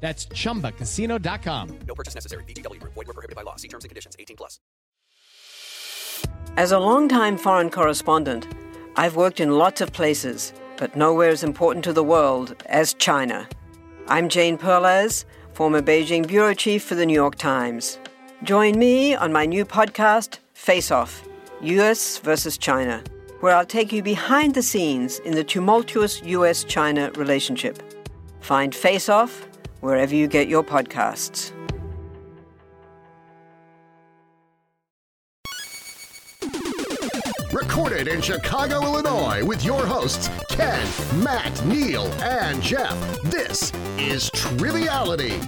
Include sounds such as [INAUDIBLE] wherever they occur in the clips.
That's chumbacasino.com. No purchase necessary. VGW Group. Void were prohibited by law. See terms and conditions. 18 plus. As a longtime foreign correspondent, I've worked in lots of places, but nowhere as important to the world as China. I'm Jane Perlez, former Beijing bureau chief for the New York Times. Join me on my new podcast, Face Off US versus China, where I'll take you behind the scenes in the tumultuous US China relationship. Find Face Off wherever you get your podcasts. Recorded in Chicago, Illinois, with your hosts, Ken, Matt, Neil, and Jeff. This is Triviality.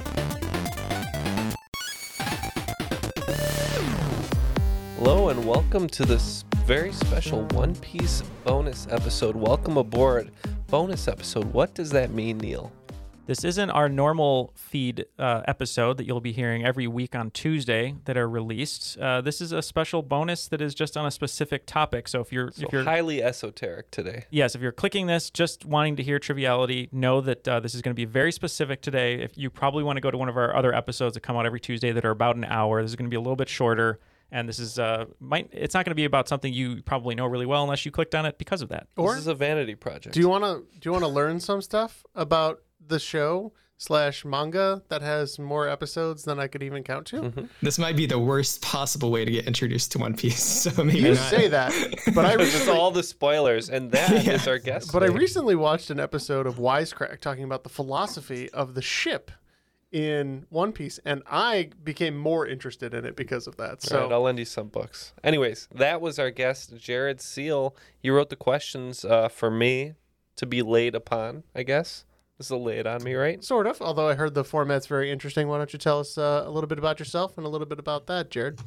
Hello and welcome to this very special One Piece bonus episode. Welcome aboard. Bonus episode. What does that mean, Neil? This isn't our normal feed uh, episode that you'll be hearing every week on Tuesday that are released. Uh, this is a special bonus that is just on a specific topic. So if you're So if you're Oh, highly esoteric today. yes if you're clicking this just wanting to hear triviality, know that uh, this is going to be very specific today. If you probably want to go to one of our other episodes that come out every Tuesday that are about an hour, this is going to be a little bit shorter. And this is uh might it's not going to be about something you probably know really well unless you clicked on it because of that. this is a vanity project. Do you want to do you want to learn some stuff about the show slash manga that has more episodes than I could even count to? Mm-hmm. [LAUGHS] This might be the worst possible way to get introduced to One Piece. [LAUGHS] So maybe You not. say that, [LAUGHS] but I This is recently, all the spoilers, [LAUGHS] and that is our guest. but I today. recently watched an episode of Wisecrack talking about the philosophy of the ship in One Piece, and I became more interested in it because of that. All So right, I'll lend you some books. Anyways, that was our guest, Jared Seal. He wrote the questions uh, for me to be laid upon. I guess this is a laid on me, right? sort of. Although I heard the format's very interesting. Why don't you tell us uh, a little bit about yourself and a little bit about that, Jared?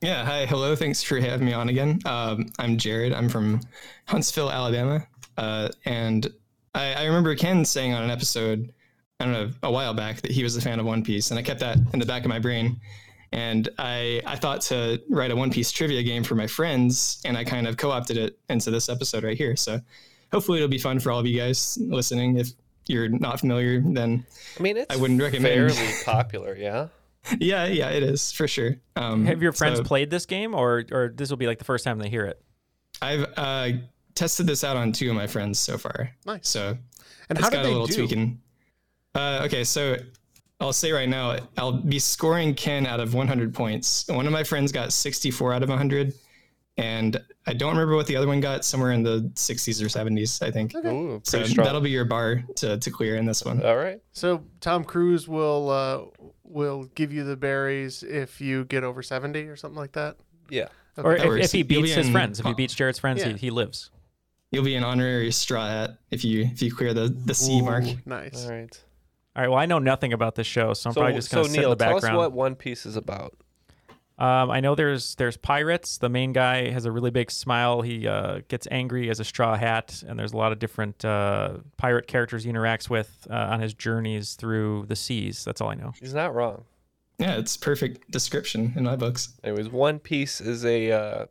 Yeah. Hi. Hello. Thanks for having me on again. Um, I'm Jared. I'm from Huntsville, Alabama. Uh, and I, I remember Ken saying on an episode, I don't know, a while back that he was a fan of One Piece. And I kept that in the back of my brain. And I, I thought to write a One Piece trivia game for my friends. And I kind of co opted it into this episode right here. So hopefully it'll be fun for all of you guys listening. If you're not familiar, then I mean, it's I wouldn't recommend- fairly popular. Yeah, [LAUGHS] yeah, yeah, it is for sure. Um, Have your friends so- played this game or or this will be like the first time they hear it? I've uh, tested this out on two of my friends so far. Nice. So And it's how did got a they little do? tweaking. Uh, okay, so I'll say right now, I'll be scoring Ken out of 100 points. One of my friends got 64 out of 100, and I don't remember what the other one got. Somewhere in the 60s or 70s, I think. Ooh, So pretty strong. that'll be your bar to, to clear in this one. All right. So Tom Cruise will uh, will give you the berries if you get over seventy or something like that. Yeah. Or That if, works. if he You'll be beats his in- friends, if he beats Jared's friends, he, Yeah. he lives. You'll be an honorary straw hat if you if you clear the the C mark. Ooh, Nice. All right. All right. Well, I know nothing about this show, so I'm So, probably just gonna so sit Neil, in the tell background. us what One Piece is about. um, I know there's there's pirates. The main guy has a really big smile. He uh, gets angry as a straw hat, and there's a lot of different uh, pirate characters he interacts with uh, on his journeys through the seas. That's all I know. He's not wrong. Yeah, it's perfect description in my books. Anyways, One Piece is a uh,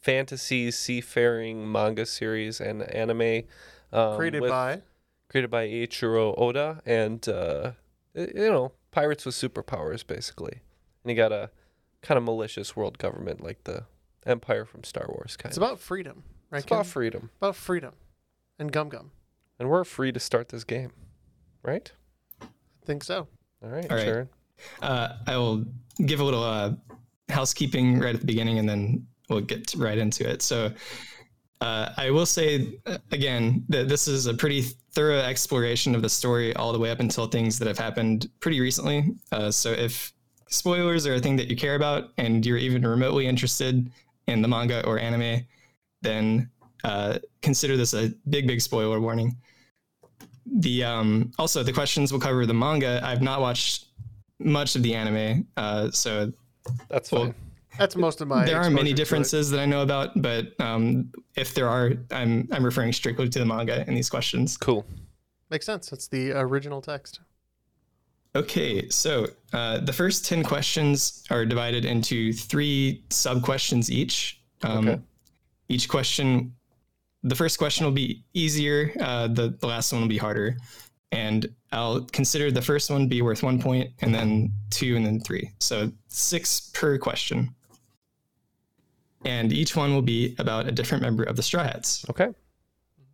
fantasy seafaring manga series and anime um, Created with- by created by Eiichiro Oda, and uh, y- you know pirates with superpowers basically. And you got a kind of malicious world government like the Empire from Star Wars kind it's of. about freedom, right? it's about Ken? freedom, About freedom, and gum gum. and we're free to start this game, right? I think so. All right, All right. Sharon. Uh, I will give a little uh, housekeeping right at the beginning, and then we'll get right into it. So, uh, I will say uh, again that this is a pretty thorough exploration of the story, all the way up until things that have happened pretty recently. Uh, so, if spoilers are a thing that you care about, and you're even remotely interested in the manga or anime, then uh, consider this a big, big spoiler warning. the um also the questions will cover the manga. I've not watched much of the anime, uh, so That's Well, fine. That's most of my. there are exposure to many it. differences that I know about, but um, if there are, I'm I'm referring strictly to the manga in these questions. Cool. Makes sense. It's the original text. Okay, so uh, the first 10 questions are divided into three sub questions each. Um, Okay. Each question, the first question will be easier, uh, the, the last one will be harder. And I'll consider the first one be worth one point, and then two, and then three. So six per question. And each one will be about a different member of the Straw Hats. Okay.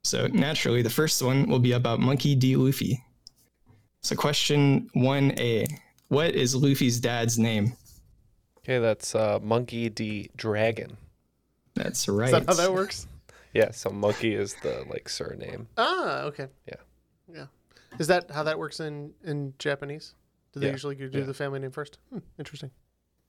So naturally, the first one will be about Monkey D. Luffy. So question one A: What is Luffy's dad's name? Okay, that's uh, Monkey D Dragon. That's right. Is that how that works? Yeah, so Monkey is the like surname. Ah, okay. Yeah. Yeah. Is that how that works in in Japanese? Do they Yeah. usually do the family name first? Hmm, interesting.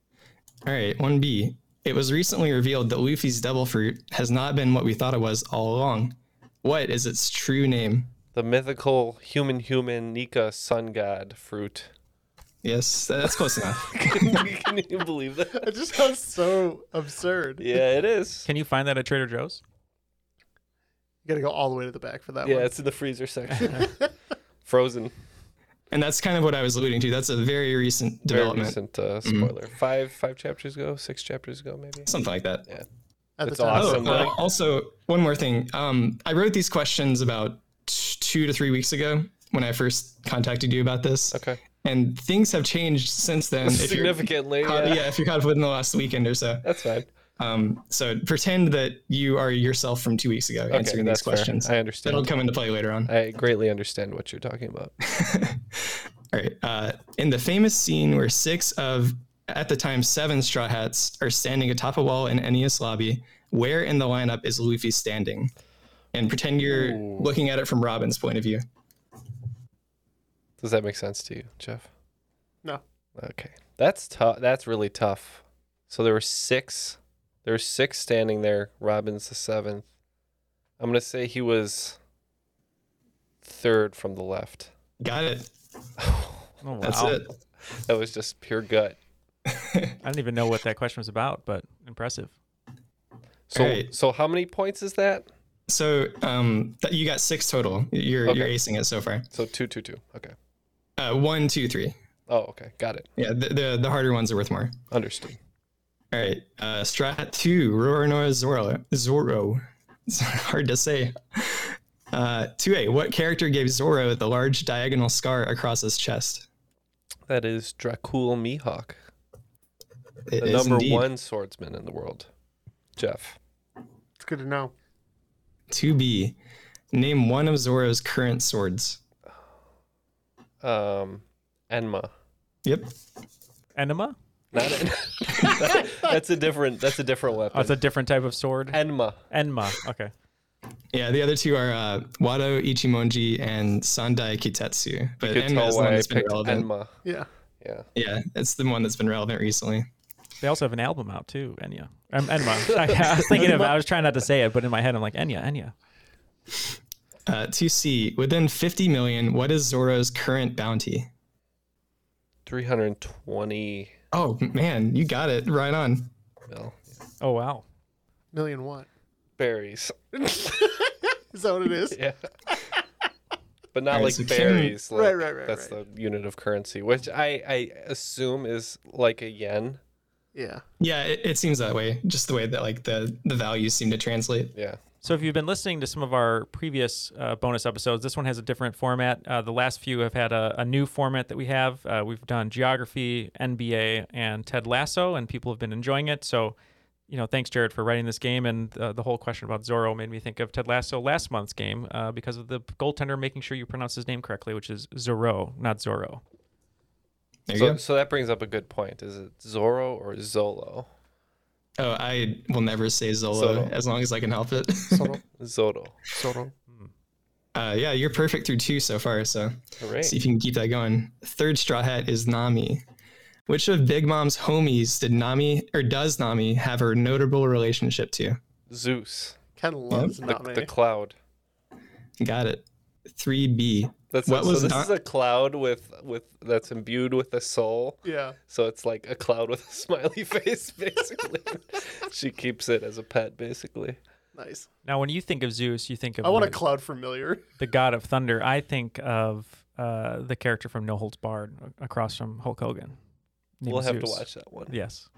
[LAUGHS] All right, one B. It was recently revealed that Luffy's devil fruit has not been what we thought it was all along. What is its true name? The mythical human human Nika sun god fruit. [LAUGHS] Yes, that's close enough. [LAUGHS] Can you believe that? It just sounds so absurd. You Yeah, it is. Can you find that at Trader Joe's? got to go all the way to the back for that yeah, one. it's in the freezer section. Frozen. And that's kind of what I was alluding to. That's a very recent Very development, recent Mm-hmm. uh, spoiler. Five five chapters ago, six chapters ago, maybe. something like that. At it's the time. Oh, awesome. uh, also, one more thing. Um, I wrote these questions about t- two to three weeks ago when I first contacted you about this. Okay. And things have changed since then. if you're Significantly. caught- yeah. yeah, if you're caught up within the last weekend or so. That's fine. Um, so pretend that you are yourself from two weeks ago answering these that's fair. questions. I understand. That'll come into play later on. I greatly understand what you're talking about. [LAUGHS] All right. Uh, in the famous scene where six of, at the time, seven Straw Hats are standing atop a wall in Ennius lobby, where in the lineup is Luffy standing? And pretend you're looking at it from Robin's point of view. Does that make sense to you, Jeff? No. Okay. That's tough. That's really tough. So there were six. There were six standing there. Robin's the seventh. I'm gonna say he was third from the left. Got it. Oh, wow. That's it. That was just pure gut. I don't even know what that question was about, but impressive. So Alright. so how many points is that? So um, that you got six total. You're you're Okay. acing it so far. So two two two. Okay. Uh, one, two, three. Oh okay. Got it. Yeah, the, the the harder ones are worth more. Understood. All right. Uh, strat two, Roronoa Zoro. Zoro. [LAUGHS] It's hard to say. Uh, 2A, what character gave Zoro the large diagonal scar across his chest? That is Dracul Mihawk, It the is number indeed one swordsman in the world. Jeff. It's good to know. 2B, name one of Zoro's current swords. Um, Enma. Yep. Enema? Not en- that's a different. That's a different weapon. Oh, it's a different type of sword. Enma. Enma. Okay. Yeah, the other two are uh, Wado Ichimonji and Sandai Kitetsu. But You could Enma is tell the one why I that's been picked relevant. Enma. Yeah. Yeah. Yeah, it's the one that's been relevant recently. They also have an album out too, Enya. [LAUGHS] Um, Enma. I, I was thinking of. I was trying not to say it, but in my head, I'm like Enya, Enya. Uh, 2C, within 50 million, what is Zoro's current bounty? Three hundred twenty Oh, man, you got it right on. mil Oh wow. Million what? berries. [LAUGHS] Is that what it is? Yeah. But not Alright, like so can- berries. Like, Right, right, right, That's the unit of currency, which I, I assume is like a yen. [LAUGHS] Yeah. Yeah, it, it seems that way. Just the way that like the the values seem to translate. Yeah. So if you've been listening to some of our previous uh, bonus episodes, this one has a different format. Uh, the last few have had a, a new format that we have. Uh, we've done geography, NBA, and Ted Lasso, and people have been enjoying it. So, you know, thanks Jared for writing this game, and uh, the whole question about Zorro made me think of Ted Lasso last month's game uh, because of the goaltender making sure you pronounce his name correctly, which is Zorro, not Zorro. There you So, go. so that brings up a good point. Is it Zorro or Zolo? Oh, I will never say Zolo Zolo. as long as I can help it. Soro. Zoro. Soro. [LAUGHS] uh, yeah, you're perfect through two so far. So Hooray. see if you can keep that going. Third straw hat is Nami. Which of Big Mom's homies did Nami or does Nami have a notable relationship to? Zeus. Ken loves The, Nami. the cloud. Got it. 3B. That's What so was this Don- is a cloud with with that's imbued with a soul. Yeah. So it's like a cloud with a [LAUGHS] smiley face, basically. she keeps it as a pet, basically. Nice. Now, when you think of Zeus, you think of I want a like, cloud familiar. the god of thunder. I think of uh, the character from No Holds Barred a- across from Hulk Hogan. Name we'll is have to Zeus. watch that one. Yes.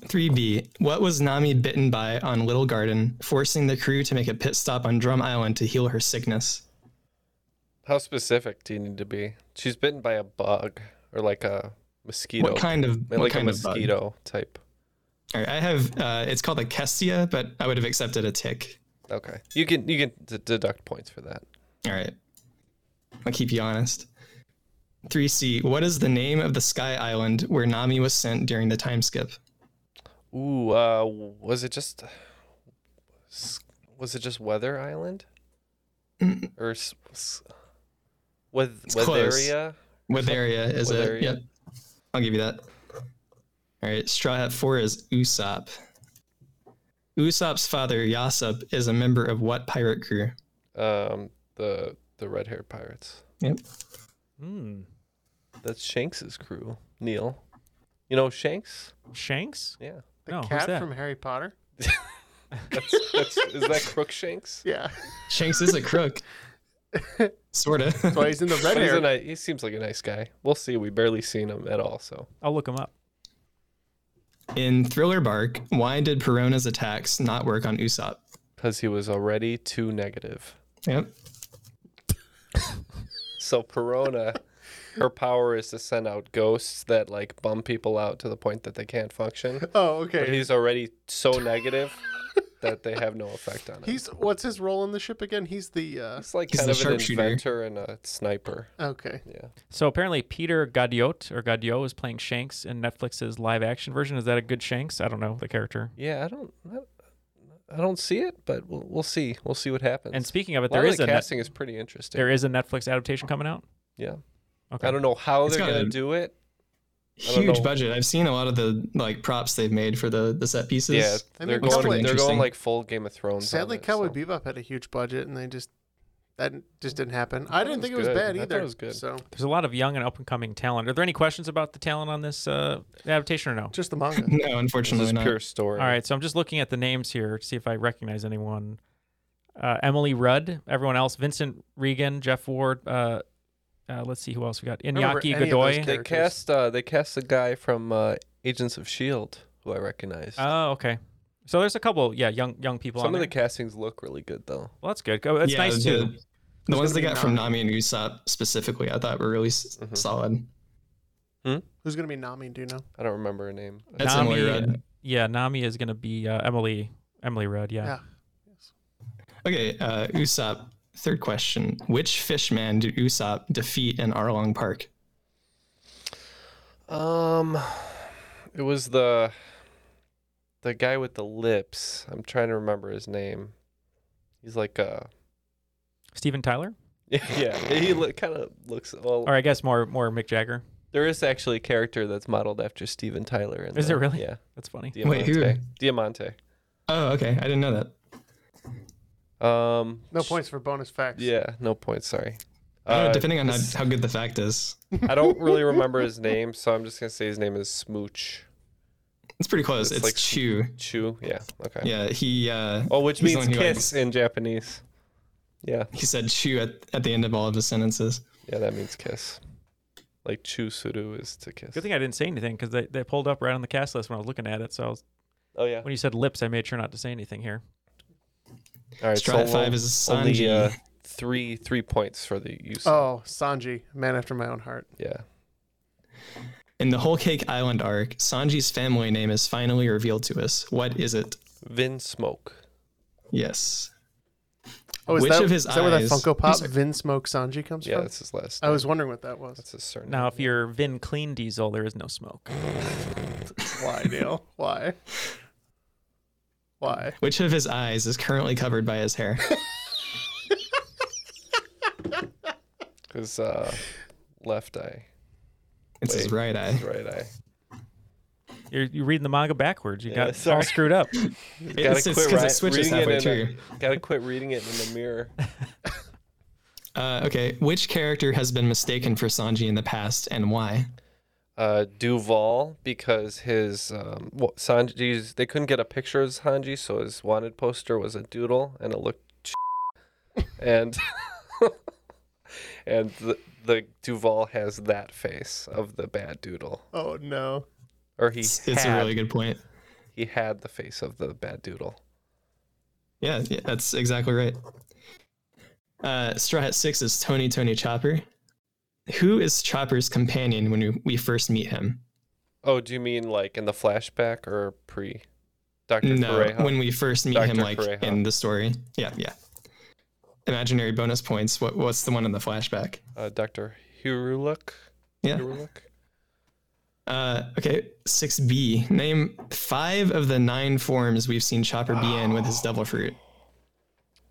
3B. What was Nami bitten by on Little Garden, forcing the crew to make a pit stop on Drum Island to heal her sickness? How specific do you need to be? She's bitten by a bug or like a mosquito. What kind of Like what kind a of bug? mosquito type. All right, I have uh, it's called a kestia, but I would have accepted a tick. Okay, you can you can d- deduct points for that. All right, I'll keep you honest. 3C. What is the name of the sky island where Nami was sent during the time skip? Ooh, uh, was it just s- was it just Weather Island Mm. or s- s- with It's close. Weatheria? What area is What it? area? Yep, I'll give you that. All right, Straw Hat Four is Usopp. Usopp's father Yasop is a member of what pirate crew? Um, the the red haired pirates. Yep. Hmm. That's Shanks's crew. Neil, you know Shanks? Shanks? Yeah. The No, who's cat that? from Harry Potter. That's, that's is that Crookshanks? Yeah. [LAUGHS] Shanks is a crook. Sorta. That's why he's in the red But he's a hair. ni- he seems like a nice guy. We'll see. We barely seen him at all. So I'll look him up. In Thriller Bark, why did Perona's attacks not work on Usopp? because he was already too negative. Yep. So [LAUGHS] Perona, her power is to send out ghosts that like bum people out to the point that they can't function. Oh, But okay. he's already so negative that they have no effect on him. He's what's his role in the ship again? He's the uh He's like He's kind the of an sharpshooter. inventor and a sniper. okay. Yeah. So apparently Peter Gadiot or Gadiot is playing Shanks in Netflix's live action version. Is that a good Shanks? I don't know the character. Yeah, I don't. I- I don't see it, but we'll, we'll see. We'll see what happens. And speaking of a it, lot there of is the a net, casting is pretty interesting. there is a Netflix adaptation coming out. yeah. Okay. I don't know how It's they're got gonna a- do it. I don't Huge know. budget. I've seen a lot of the like props they've made for the the set pieces. Yeah, I they're mean, going. Cowboy- They're going Interesting. like full Game of Thrones. on Sadly, it, Cowboy so. Bebop had a huge budget, and they just that just didn't happen. thought I, didn't it think it was good. was bad I thought either. it was good. So There's a lot of young and up and coming talent. Are there any questions about the talent on this uh, adaptation or no? just the manga. [LAUGHS] No, This unfortunately is not. pure story. All right, so I'm just looking at the names here to see if I recognize anyone. Uh, Emily Rudd, everyone else, Vincent Regan, Jeff Ward. Uh, uh, let's see who else we got. remember Inyaki any of those Godoy. They characters. cast. Uh, they cast a guy from uh, Agents of Shield who I recognize. Oh, okay. So there's a couple, yeah, young young people. Some on of the there. castings look really good though. well, that's good. Go- That's Yeah, nice the- too. The ones they gonna be got from Nami and Usopp specifically, I thought were really s- Mhm. solid. Who's gonna be Nami? Do you know? I don't remember her name. That's Nami, Emily Rudd. Yeah, Nami is gonna be uh, Emily Emily Rudd. Yeah. Yeah. Okay, uh, Usopp. Third question: Which fishman did Usopp defeat in Arlong Park? Um, it was the the guy with the lips. I'm trying to remember his name. He's like a Steven Tyler, [LAUGHS] yeah. He look, kind of looks. Well, or I guess more more Mick Jagger. there is actually a character that's modeled after Steven Tyler. In Is the- there really? Yeah, [LAUGHS] That's funny. Wait, Diamante. who? Diamante. Oh, okay, I didn't know that. Um, No sh- points for bonus facts. Yeah, no points. Sorry. I don't know, Uh, depending on how, this- how good the fact is, I don't really [LAUGHS] remember his name, so I'm just gonna say his name is Smooch it's pretty close. It's It's, like- Chu. Chu. Yeah. Okay. Yeah, he. Uh, Oh, which He's the means one who, like, kiss in Japanese. Yeah, He said chew at, at the end of all of his sentences. yeah, that means kiss. Like chu suru is to kiss. Good thing I didn't say anything because they, they pulled up right on the cast list when I was looking at it. So I was, Oh yeah. when you said lips, I made sure not to say anything here. All right. Strat five only- is only Sanji. uh, three three points for the use. Oh, Sanji, man after my own heart. Yeah. In the Whole Cake Island arc, Sanji's family name is finally revealed to us. What is it? Vin smoke. Yes. Oh, is Which that, of his is that where that eyes- Funko Pop sorry. Vin Smoke Sanji comes Yeah, from? that's his last. I Oh. name. was wondering what that was. That's his surname. Now, if you're Vin Clean Diesel, there is no smoke. Why, Neil? [LAUGHS] Why? Why? Which of his eyes is currently covered by [LAUGHS] his hair? His uh, left eye, It's his Wait. right eye. his right eye. You're, you're reading the manga backwards. You Yeah, got sorry. all screwed [LAUGHS] up. It's because it switches reading halfway it through. in a- gotta quit reading it in the mirror. Uh, okay, which character has been mistaken for Sanji in the past and why? uh, Duval because his um, wa- Sanji's they couldn't get a picture of Sanji, so his wanted poster was a doodle, and it looked and [LAUGHS] and the, the Duval has that face of the bad doodle, Oh no. or he It's, had, it's a really good point. he had the face of the bad doodle. Yeah, yeah that's exactly right. Uh, Straw Hat 6 is Tony Tony Chopper. Who is Chopper's companion when we, we first meet him? Oh, do you mean like in the flashback or pre? Doctor No, when we first meet him, Dr. like Pareja. in the story. Yeah, yeah. Imaginary bonus points. What, what's the one in the flashback? uh, Doctor Hiruluk. Yeah. Hiruluk? Uh, okay, 6B. Name five of the nine forms we've seen Chopper be in with his Ah. devil fruit.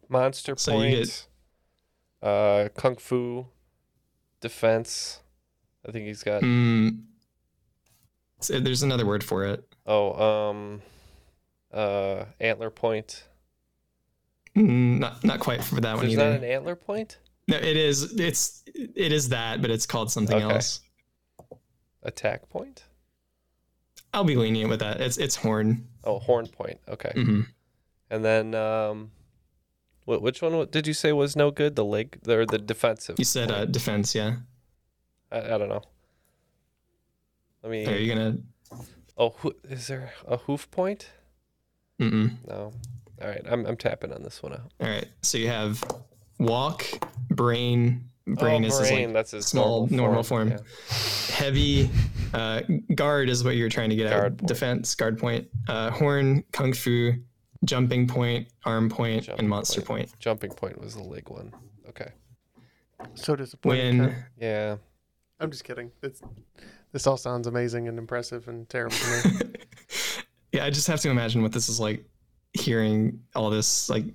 Monster So you Point, uh, Kung Fu, Defense. I think he's got. Mm. So uh, there's another word for it. Oh, um, uh, Antler Point. Mm, not not quite for that one There's either. not an Antler Point? No, it is it's it is that, but it's called something Okay. else. Attack Point? I'll be lenient with that. It's it's horn. Oh, Horn Point. Okay. hmm And then, um, wh- which one wa- did you say was no good? The leg or the defensive? You said uh, point? defense, yeah. I, I don't know. Let me. Are you gonna? Oh, hoo- is there a hoof point? Mm-mm. No. All right, I'm I'm tapping on this one out. All right. So you have walk, brain. Brain oh, is his, brain. like That's his small normal form. yeah. Heavy uh, guard is what you were trying to get Guard at. point. Defense, guard point, uh, horn, kung fu, jumping point, arm point, Jumping and monster point. Jumping point was the leg one. Okay. So disappointing. When Ken. Yeah. [LAUGHS] I'm just kidding. It's, this all sounds amazing and impressive and terrible to [LAUGHS] me. yeah, I just have to imagine what this is like hearing all this like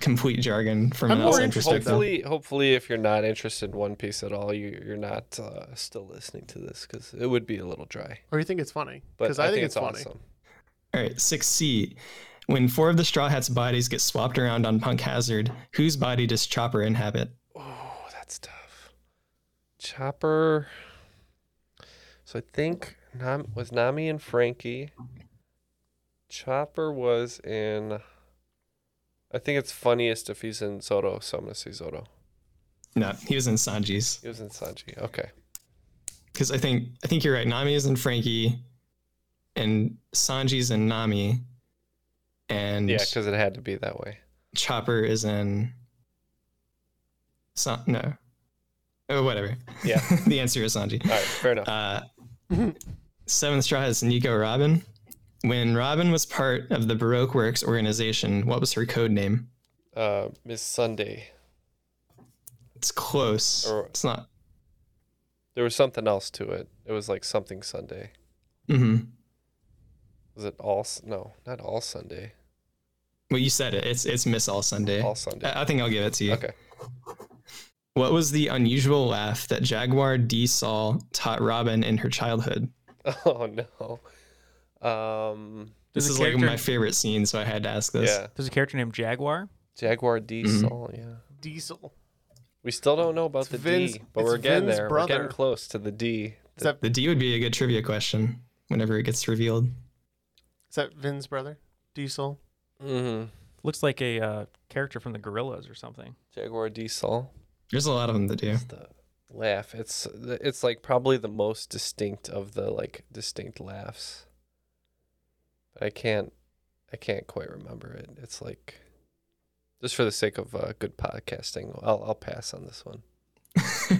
complete jargon from I'm an more outside interested, perspective. Hopefully, hopefully, if you're not interested in One Piece at all, you you're not uh, still listening to this because it would be a little dry. or you think it's funny? But Because I, think, it's, funny. awesome. All right, six C. When four of the Straw Hats' bodies get swapped around on Punk Hazard, whose body does Chopper inhabit? Oh, that's tough. Chopper. So I think Nam- was Nami and Frankie. Chopper was in. I think it's funniest if he's in Zoro, so I'm gonna say Zoro. No, he was in Sanji's. He was in Sanji. Okay. Because I think I think you're right. Nami is in Frankie, and Sanji's in Nami, and Yeah, because it had to be that way. Chopper is in. San- no. Oh, whatever. Yeah. [LAUGHS] the answer is Sanji. All right, fair enough. Uh, seventh straw is Nico Robin. When Robin was part of the Baroque Works organization, what was her code name? [LAUGHS] Uh, Miss Sunday. It's close. Or- it's not. There was something else to it. It was like something Sunday. hmm Was it all? S- No, not all Sunday. Well, you said it. It's it's Miss All Sunday. All Sunday. I, I think I'll give it to you. Okay. [LAUGHS] What was the unusual laugh that Jaguar D. Saul taught Robin in her childhood? Oh no. Um. Does This the is like character- my favorite scene, so I had to ask this. Yeah. There's a character named Jaguar. Jaguar D. Mm-hmm. Mhm. Sol. Yeah. Diesel. We still don't know about It's the Vin's- D, but it's we're getting Vin's there. We're brother. getting close to the D. Is that, The D would be a good trivia question whenever it gets revealed. is that Vin's brother? Diesel? hmm Looks like a uh, character from the Gorillas or something. Jaguar D. Sol. There's a lot of them to do. It's the laugh. It's it's like probably the most distinct of the like distinct laughs. But I can't I can't quite remember it. It's like just for the sake of uh, good podcasting, I'll I'll pass on this one.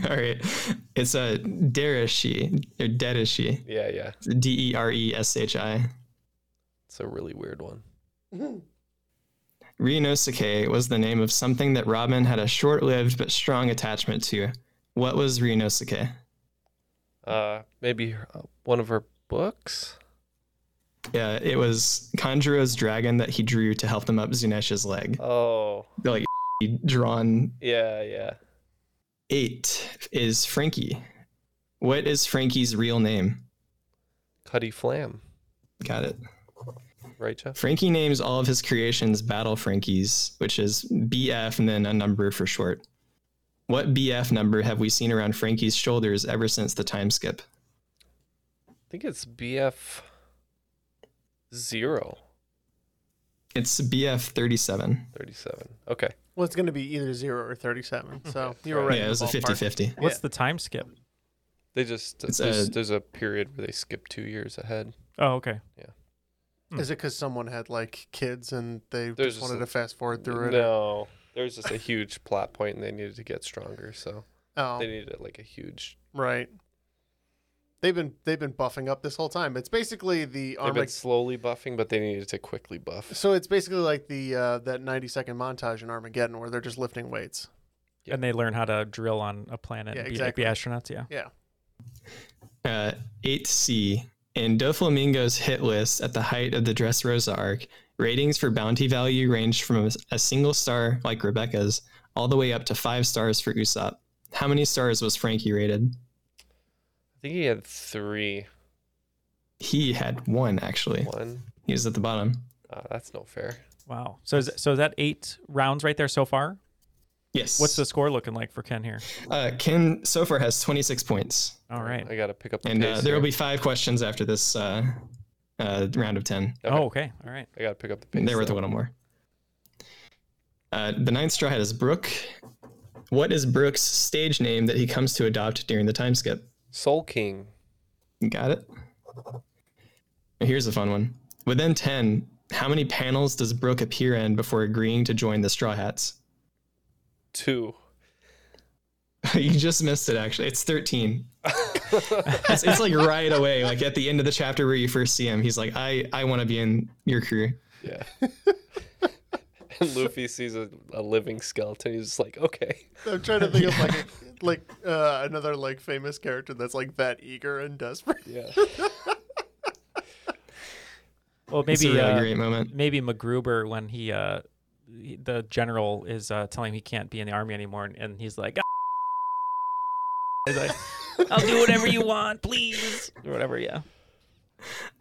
[LAUGHS] All right. It's a Derishi or Dedishi. Yeah, yeah. D E R E S H I. It's a really weird one. Ryunosuke was the name of something that Robin had a short lived but strong attachment to. What was Ryunosuke? Uh, maybe her- uh, one of her books. Yeah, it was Kanjuro's dragon that he drew to help them up Zunesh's leg. Oh, Like [LAUGHS] drawn yeah, yeah. eight is Frankie. What is Frankie's real name? Cuddy Flam, Got it. right, Jeff? Frankie names all of his creations Battle Frankies, which is BF and then a number for short. What BF number have we seen around Frankie's shoulders ever since the time skip? I think it's BF zero It's BF 37. thirty-seven. Okay. Well, it's going to be either zero or thirty-seven. So you were right. yeah, in it the was a ballpark. 50 50. What's Yeah. the time skip? They just It's there's, a- there's a period where they skip two years ahead. Oh, okay. Is it because someone had like kids and they There's just just wanted a- to fast forward through it? No, there was just a huge plot point, and they needed to get stronger, so Oh, they needed like a huge. right. They've been they've been buffing up this whole time. It's basically the They've been Armag- slowly buffing, but they needed to quickly buff. So it's basically like the uh, that ninety second montage in Armageddon where they're just lifting weights. Yeah. And they learn how to drill on a planet Yeah, and be like the astronauts. Yeah. Yeah. Uh, 8C. In Doflamingo's hit list at the height of the Dressrosa arc, ratings for bounty value ranged from a- a single star, like Rebecca's, all the way up to five stars for Usopp. How many stars was Frankie rated? I think he had three. He had one, actually. One. He was at the bottom. Ah, that's no fair. Wow. So is so is that eight rounds right there so far? Yes. What's the score looking like for Ken here? Uh, Ken so far has 26 points. All right. Uh, I gotta pick up the And pace. uh, there will be here. five questions after this uh, uh, round of 10. Okay, Oh, okay. All right. I gotta pick up the pace. They're worth a though. little more. Uh, the ninth straw hat is Brooke. What is Brooke's stage name that he comes to adopt during the time skip? Soul King. You Got it? Here's a fun one. Within 10, how many panels does Brooke appear in before agreeing to join the Straw Hats? Two. [LAUGHS] you just missed it, actually. It's 13. [LAUGHS] it's, it's like right away, like at the end of the chapter where you first see him, he's like, I, I want to be in your crew. [LAUGHS] Yeah. [LAUGHS] and Luffy sees a, a living skeleton. He's just like, okay. I'm trying to think of [LAUGHS] like a, like uh, another like famous character that's like that eager and desperate. Yeah. Well, It's a maybe really uh, great moment. maybe MacGruber when he uh he- the general is uh, telling him he can't be in the army anymore, and, and he's like, "Ah." he's like, [LAUGHS] "I'll do whatever you want, please," or whatever. Yeah.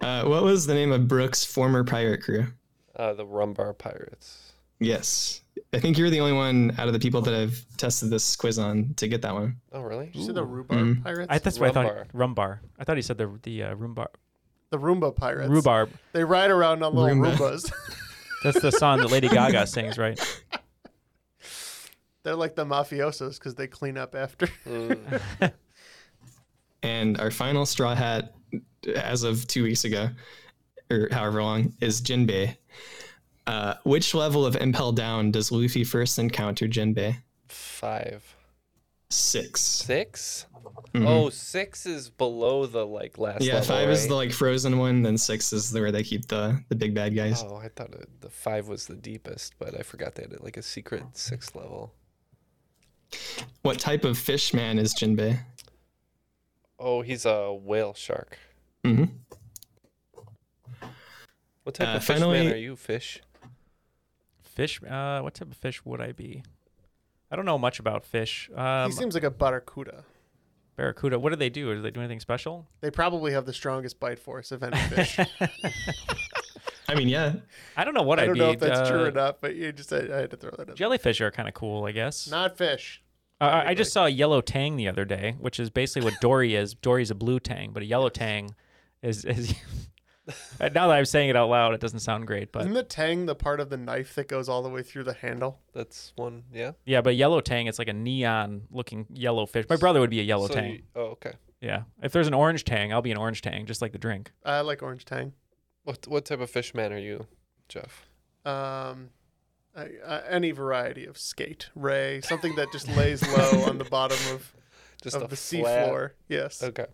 Uh, what was the name of Brooke's former pirate crew? Uh, the Rumbar Pirates. Yes. I think you're the only one out of the people that I've tested this quiz on to get that one. Oh, [LAUGHS] really? You see the Rhubarb Mhm. pirates? mm-hmm. I, that's what I thought. Rumbar. I thought he said the the uh, Roombar. the Roomba pirates. Rhubarb. They ride around on little Roomba. Roombas. [LAUGHS] That's the song that Lady Gaga sings, right? They're like the mafiosos because they clean up after. [LAUGHS] And our final straw hat, as of two weeks ago, or however long, is Jinbei. Uh, which level of Impel Down does Luffy first encounter Jinbei? Five. Six. 6 Oh, six is below the like last. Mm-hmm. Yeah, level, five is right? the like frozen one, then six is the, where they keep the the big bad guys. Oh, I thought it, the five was the deepest, but I forgot they had like a secret sixth level. What type of fish man is Jinbei? Oh, he's a whale shark. hmm What type Uh, of fish finally- man are you, fish? Fish. Uh, what type of fish would I be? I don't know much about fish. Um, he seems like a barracuda. barracuda. What do they do? Do they do anything special? They probably have the strongest bite force of any [LAUGHS] fish. I mean, yeah, I don't know what I I'd don't be. know if that's Uh, true or not, but you just I, I had to throw that in. Jellyfish are kind of cool, I guess. Not fish. Uh, I I just saw a yellow tang the other day, which is basically what Dory is. Dory's a blue tang, but a yellow tang is. is [LAUGHS] now that I'm saying it out loud, it doesn't sound great, but Mm-hmm. Isn't the tang the part of the knife that goes all the way through the handle? That's one. Yeah. yeah, but a yellow tang, it's like a neon looking yellow fish. My brother would be a yellow So tang. you- oh, okay. Yeah. If there's an orange tang, I'll be an orange tang, just like the drink. I like orange tang. What what type of fish man are you, Jeff? Um, I, I, any variety of skate, ray, something that just lays low on the bottom of, Just of a the flat- seafloor. Yes. Okay.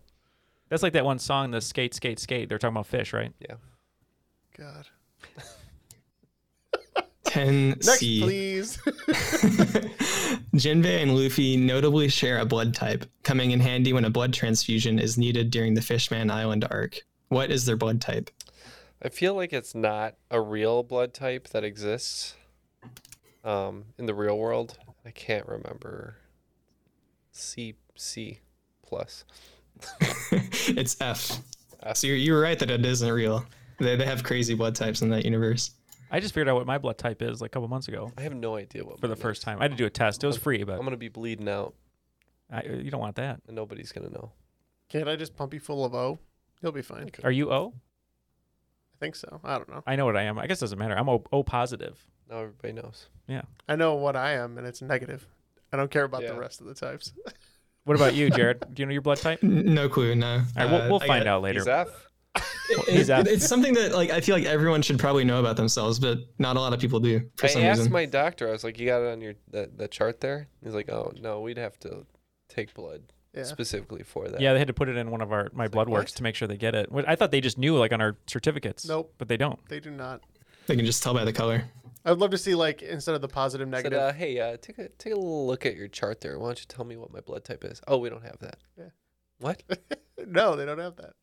That's like that one song, the skate, skate, skate. They're talking about fish, right? Yeah. God. ten Next, C. please. [LAUGHS] Jinbei and Luffy notably share a blood type, coming in handy when a blood transfusion is needed during the Fishman Island arc. What is their blood type? [LAUGHS] I feel like it's not a real blood type that exists um, in the real world. I can't remember. C C plus. it's F. So you're, you're right that it isn't real. They, they have crazy blood types in that universe. I just figured out what my blood type is like a couple months ago I have no idea what. for the mine first is. time. I had to do a test. It was free, but I'm gonna be bleeding out, I, you don't want that. and nobody's gonna know. Can't I just pump you full of O? You'll be fine. Are you O? I think so. I don't know. I know what I am. I guess it doesn't matter. I'm O, o positive. Now everybody knows. I know what I am, and it's negative. I don't care about Yeah. the rest of the types. [LAUGHS] What about [LAUGHS] you, Jared? Do you know your blood type? N- No clue. No. Uh, All right, uh, we'll, we'll find out later. He's F. It, He's out. it- it's something that like I feel like everyone should probably know about themselves, but not a lot of people do for I some asked reason. my doctor. I was like, "You got it on your that, that chart there?" He's like, "Oh no, we'd have to take blood Yeah. specifically for that." yeah, they had to put it in one of our my blood works what? to make sure they get it. What- I thought they just knew like on our certificates. Nope. but they don't. They do not. They can just tell by the color. I would love to see like instead of the positive, I Said, negative. uh, hey, uh, take a take a little look at your chart there. Why don't you tell me what my blood type is? Oh, we don't have that. Yeah. What? no, they don't have that.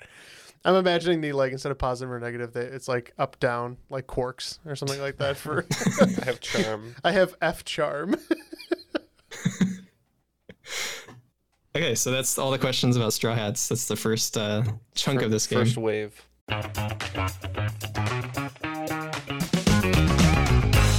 I'm imagining the like instead of positive or negative, they, it's like up down, like quarks or something like that. [LAUGHS] For [LAUGHS] I have charm. I have F charm. [LAUGHS] Okay, so that's all the questions about Straw Hats. That's the first uh, chunk of this game. First wave.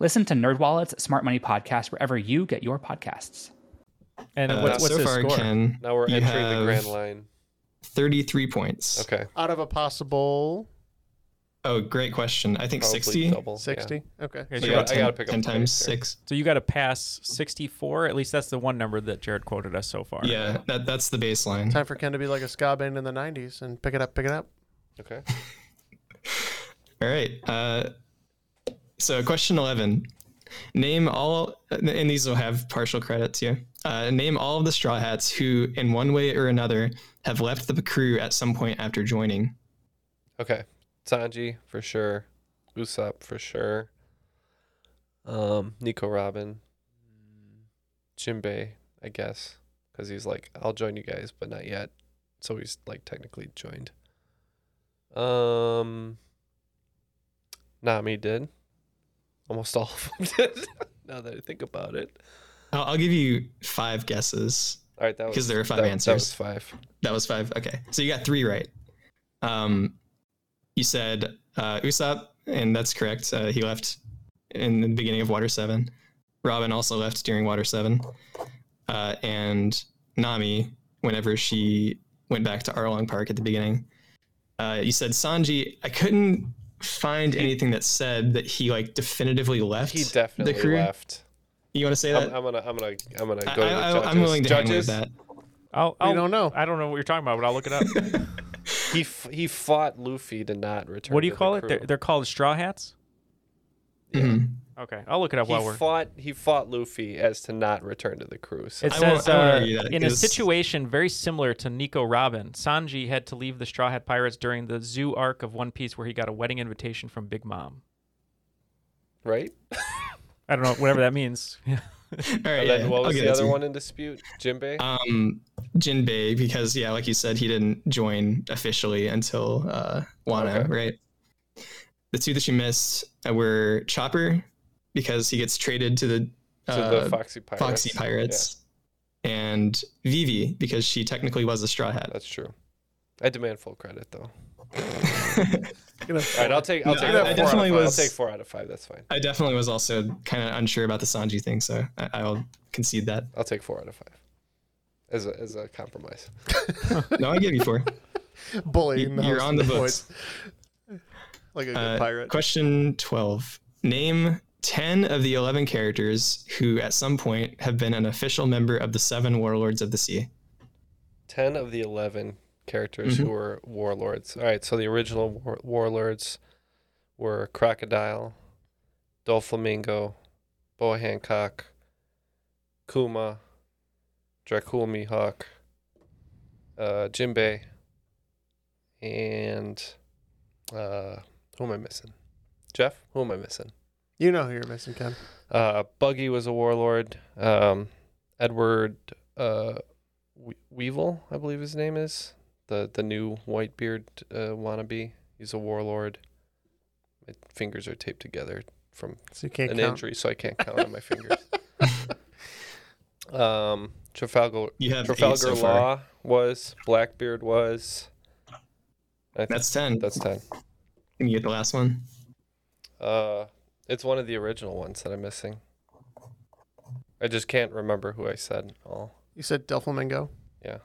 Listen to NerdWallet's Smart Money Podcast wherever you get your podcasts. And Uh, what's, what's so his far, score? Ken, Now we're you entering the have grand line. 33 points. Okay. Out of a possible Oh, great question. I think Probably 60. double. yeah. sixty. Okay. Okay, so, So you you got- gotta, got I 10, gotta pick up 10 the times pace there. 6. so you got to pass 64. At least that's the one number that Jared quoted us so far. Yeah, that, that's the baseline. Time for Ken to be like a ska band in the '90s and pick it up, pick it up. Okay. All right. Uh, so, question 11. Name all, and these will have partial credits, yeah. Uh, name all of the Straw Hats who, in one way or another, have left the crew at some point after joining. Okay. Sanji for sure. Usopp for sure. Um, Nico Robin. Jinbei, I guess, because he's like, I'll join you guys, but not yet. So he's like technically joined. Um, Nami did. Almost all of them [LAUGHS] did. now that I think about it. I'll, I'll give you five guesses. All right, that was 'Cause there are five that- That was answers. five. That was five. Okay, so you got three right. Um, you said uh, Usopp, and that's correct. Uh, he left in the beginning of Water Seven. Robin also left during Water Seven, uh, and Nami, whenever she went back to Arlong Park at the beginning. Uh, you said Sanji. I couldn't find anything that said that he like definitively left. He definitely the crew. left. You want to say I'm, that? I'm gonna, I'm gonna, I'm gonna I- go to the I- judges. I'm willing to hang with judges, [LAUGHS] that. I'll, We I'll, don't know. I don't know what you're talking about, but I'll look it [LAUGHS] up. He f- he fought Luffy to not return. what do you to the call it? crew. They're, they're called straw hats. [LAUGHS] Mhm. Okay, I'll look it up he while we're. fought he fought Luffy as to not return to the crew. So It I won't- says I won't uh, argue that, in a 'cause- situation very similar to Nico Robin, Sanji had to leave the Straw Hat Pirates during the zoo arc of One Piece, where he got a wedding invitation from Big Mom. right. I don't know, whatever that [LAUGHS] means. All right. And yeah, then what I'll was give the that to other you. one in dispute? Jinbei. um Jinbei because yeah, like you said, he didn't join officially until uh Wano, Okay. right? The two that you missed uh, were Chopper because he gets traded to the, to uh, the Foxy Pirates. Foxy Pirates. and Vivi because she technically was a Straw Hat. [LAUGHS] That's true. I demand full credit though. All right, I'll take I'll No, take I- four I out of definitely five. was- I'll take four out of five. That's fine. I definitely was also kind of unsure about the Sanji thing, so I, I'll concede that. I'll take four out of five as a, as a compromise. No, I give you [LAUGHS] four. Bullying. You- You're host on the at point. books. Like a good Uh, pirate. Question 12. Name 10 of the 11 characters who at some point have been an official member of the Seven Warlords of the Sea. Ten of the eleven characters who were warlords. All right, so the original war- warlords were Crocodile, Doflamingo, Boa Hancock, Kuma, Dracul Mihawk, uh, Jinbei, and uh, who am I missing? Jeff, who am I missing? You know who you're missing, Ken. Uh, Buggy was a warlord. Um, Edward uh, we- Weevil, I believe his name is the the new Whitebeard uh, wannabe. He's a warlord. My fingers are taped together from So you can't an count. injury, so I can't count [LAUGHS] on my fingers. Um, Trafalgar You have eight Trafalgar so far. Law was Blackbeard was. I think That's 10. that's ten. Can you get the last one? Uh, it's one of the original ones that I'm missing. I just can't remember who I said. All You said Delflamingo, yeah,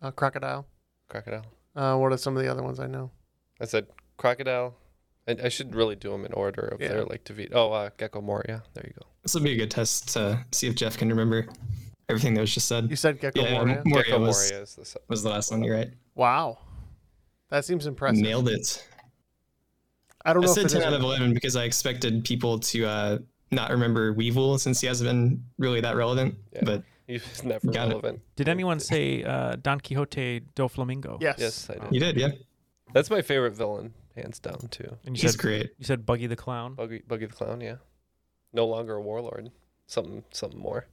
uh, crocodile. crocodile. Uh, what are some of the other ones I know? I said crocodile. I, I should really do them in order of Yeah. their like to Oh, uh, Gecko Moria. There you go. This will be a good test to see if Jeff can remember everything that was just said. You said Gecko Yeah, Moria. Moria Gecko was- Moria is the se- Was the last one, you're right. Wow, that seems impressive. Nailed it. I don't I know if said it 10 is. out of 11 because I expected people to uh, not remember Weevil since he hasn't been really that relevant. Yeah. But [LAUGHS] He's never Got it. relevant. Did anyone say uh, Don Quixote do Flamingo? Yes. Yes, I you did. did, yeah. That's my favorite villain, hands down too. And you He's said great. you said Buggy the Clown. Buggy, Buggy the Clown. Yeah, no longer a warlord. Something, something more.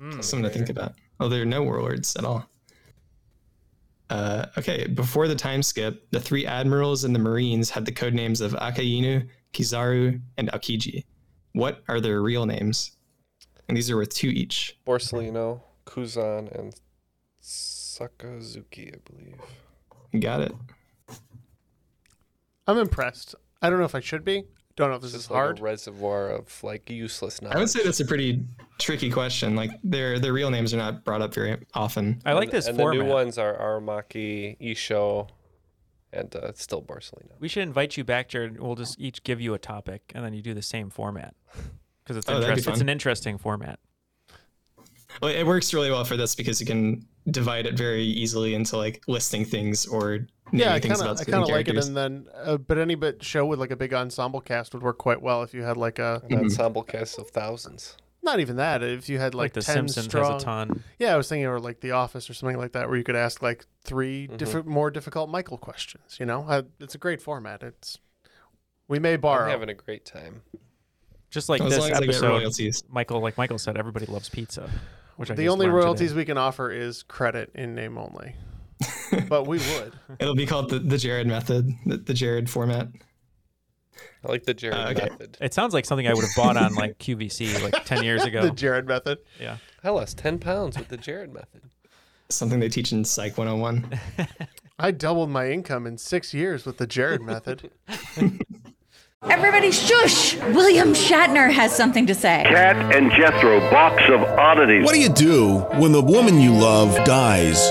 Hmm. Something to think about. Oh, there are no warlords at all. Uh, okay, before the time skip, the three admirals and the marines had the code names of Akainu, Kizaru, and Aokiji. What are their real names? And these are worth two each. Borsellino, Kuzan, and Sakazuki, I believe. You got it. I'm impressed. I don't know if I should be. Don't know if this This is is like hard. a reservoir of like useless knowledge. I would say that's a pretty tricky question. Like their their real names are not brought up very often. I like this and format. the new ones are Aramaki, Isho, and uh, still Barcelona. We should invite you back, Jared. and We'll just each give you a topic, and then you do the same format because it's Oh, that'd be interesting. It's fun. an interesting format. Well, it works really well for this because you can divide it very easily into like listing things or naming yeah, I things kind of, about I certain kind of like it. characters. And then, uh, but any bit show with like a big ensemble cast would work quite well if you had like a An Mm-hmm. ensemble cast of thousands. not even that. If you had Like, like, The 10 Simpsons strong, has a ton. Yeah, I was thinking, or like The Office, or something like that, where you could ask like 3 Mm-hmm. different, more difficult Michael questions. You know, I, it's a great format. It's we may I'm borrow. having a great time. Just like As this long as I get episode, royalties. Michael, like Michael said, everybody loves pizza. Which I the just only learned today. royalties we can offer is credit in [LAUGHS] name only, but we would. It'll be called the, the Jared method, the, the Jared format. I like the Jared Uh, okay. method. It sounds like something I would have bought on like QVC like ten [LAUGHS] years The ago. Jared method. yeah. I lost 10 pounds with the Jared method. Something they teach in Psych 101. I doubled my income in six years with the Jared method. Everybody shush! William Shatner has something to say. Cat and Jethro Box of Oddities. What do you do when the woman you love dies?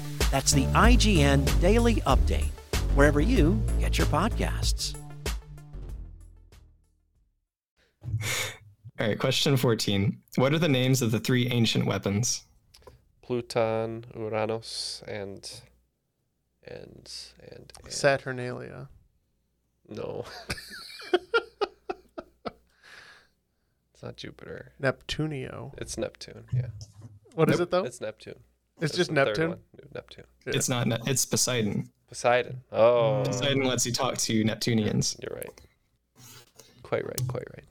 That's the IGN Daily Update, wherever you get your podcasts. All right, question 14. What are the names of the three ancient weapons? Pluton, Uranus, and and and, and Saturnalia. no. [LAUGHS] it's not Jupiter. Neptunio. It's Neptune. Yeah. What is Nope. it, though? It's Neptune. It's That's just the third Neptune? one. Neptune. It's not, Ne- it's Poseidon. Poseidon. Oh. Poseidon lets you talk to Neptunians. You're right. Quite right, quite right.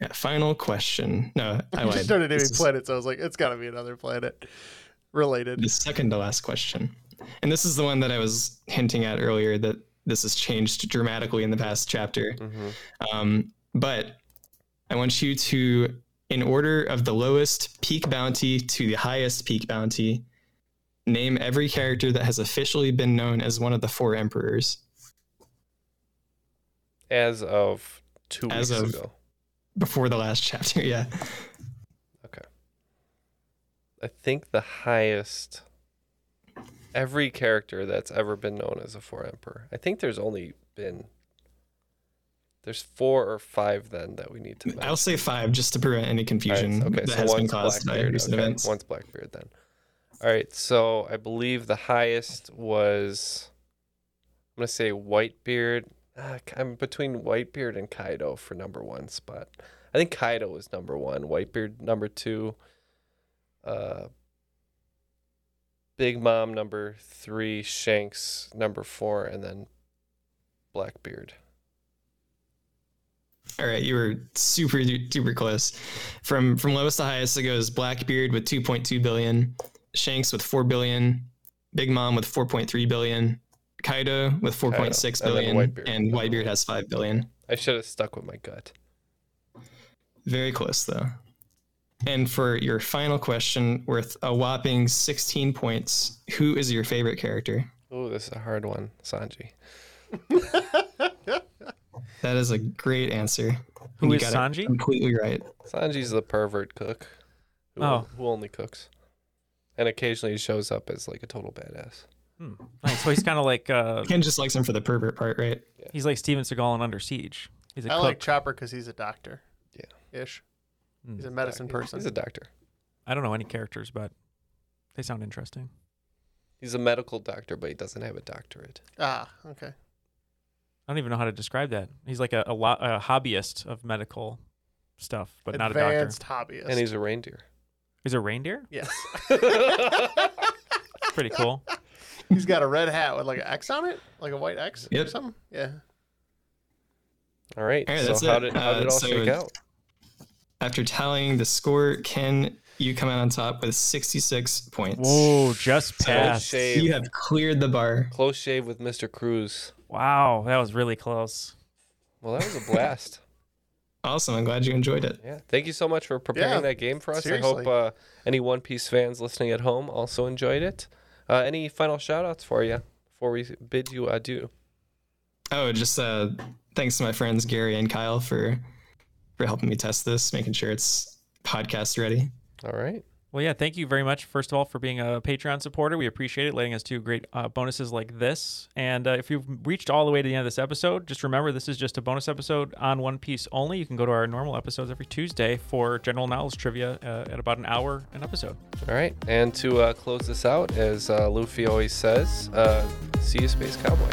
Yeah, final question. No, I you lied. just started naming This is- planets. I was like, it's got to be another planet related. The second to last question. And this is the one that I was hinting at earlier that this has changed dramatically in the past chapter. Mm-hmm. Um, but I want you to, in order of the lowest peak bounty to the highest peak bounty, name every character that has officially been known as one of the four emperors As of two as weeks of ago. before the last [LAUGHS] chapter. Yeah. I think the highest every character that's ever been known as a four emperor. I think there's only been there's four or five then that we need to mention. I'll say five just to prevent any confusion Okay, that so has been one's caused by Blackbeard. recent okay, events. One's Blackbeard then. All right, so I believe the highest was I'm gonna say Whitebeard. Ah, I'm between Whitebeard and Kaido for number one spot. I think Kaido was number one. Whitebeard number two. Uh, Big Mom number three. Shanks number four, and then Blackbeard. All right, you were super du- duper close. From from lowest to highest, it goes Blackbeard with 2.2 billion, Shanks with 4 billion, Big Mom with 4.3 billion, Kaido with 4.6 and then billion, and Whitebeard. Whitebeard, has 5 billion. I should have stuck with my gut. Very close though. And for your final question, worth a whopping 16 points, who is your favorite character? Oh, this is a hard one, Sanji. That is a great answer. Who You is got it Sanji? Completely right. Sanji's the pervert cook. Who, Oh. who only cooks. And occasionally he shows up as like a total badass. Hmm. Nice. So he's kind of like uh, Ken just likes him for the pervert part, right? he's like Steven Seagal in Under Siege. He's a I cook. like Chopper because he's a doctor. Yeah. Ish. Mm. He's a medicine person. He's a doctor. I don't know any characters, but they sound interesting. He's a medical doctor, but he doesn't have a doctorate. Ah, okay. I don't even know how to describe that. He's like a a, lo- a hobbyist of medical stuff, but not a Advanced doctor. hobbyist. And he's a reindeer. He's a reindeer. Yes. [LAUGHS] Pretty [LAUGHS] cool. he's got a red hat with like an X on it, like a white X or Yep. something. Yeah. All right. All right, that's so how it. did how did it Uh, all so shake out? After tallying the score, Ken, you come out on top with 66 points. Whoa, just passed. shave. You have cleared the bar. Close shave with Mr. Cruz. Wow, that was really close. Well, that was [LAUGHS] a blast. Awesome. I'm glad you enjoyed it. yeah. Thank you so much for preparing Yeah, that game for us. I hope seriously. uh, any One Piece fans listening at home also enjoyed it. Uh, any final shout outs for you before we bid you adieu? Oh, just uh, thanks to my friends Gary and Kyle for for helping me test this, making sure it's podcast ready. All right. Well, yeah, thank you very much, first of all, for being a Patreon supporter. We appreciate it, letting us do great uh, bonuses like this. And uh, if you've reached all the way to the end of this episode, just remember this is just a bonus episode on One Piece only. You can go to our normal episodes every Tuesday for general knowledge trivia uh, at about an hour an episode. All right. And to uh, close this out, as uh, Luffy always says, uh, see you, Space Cowboy.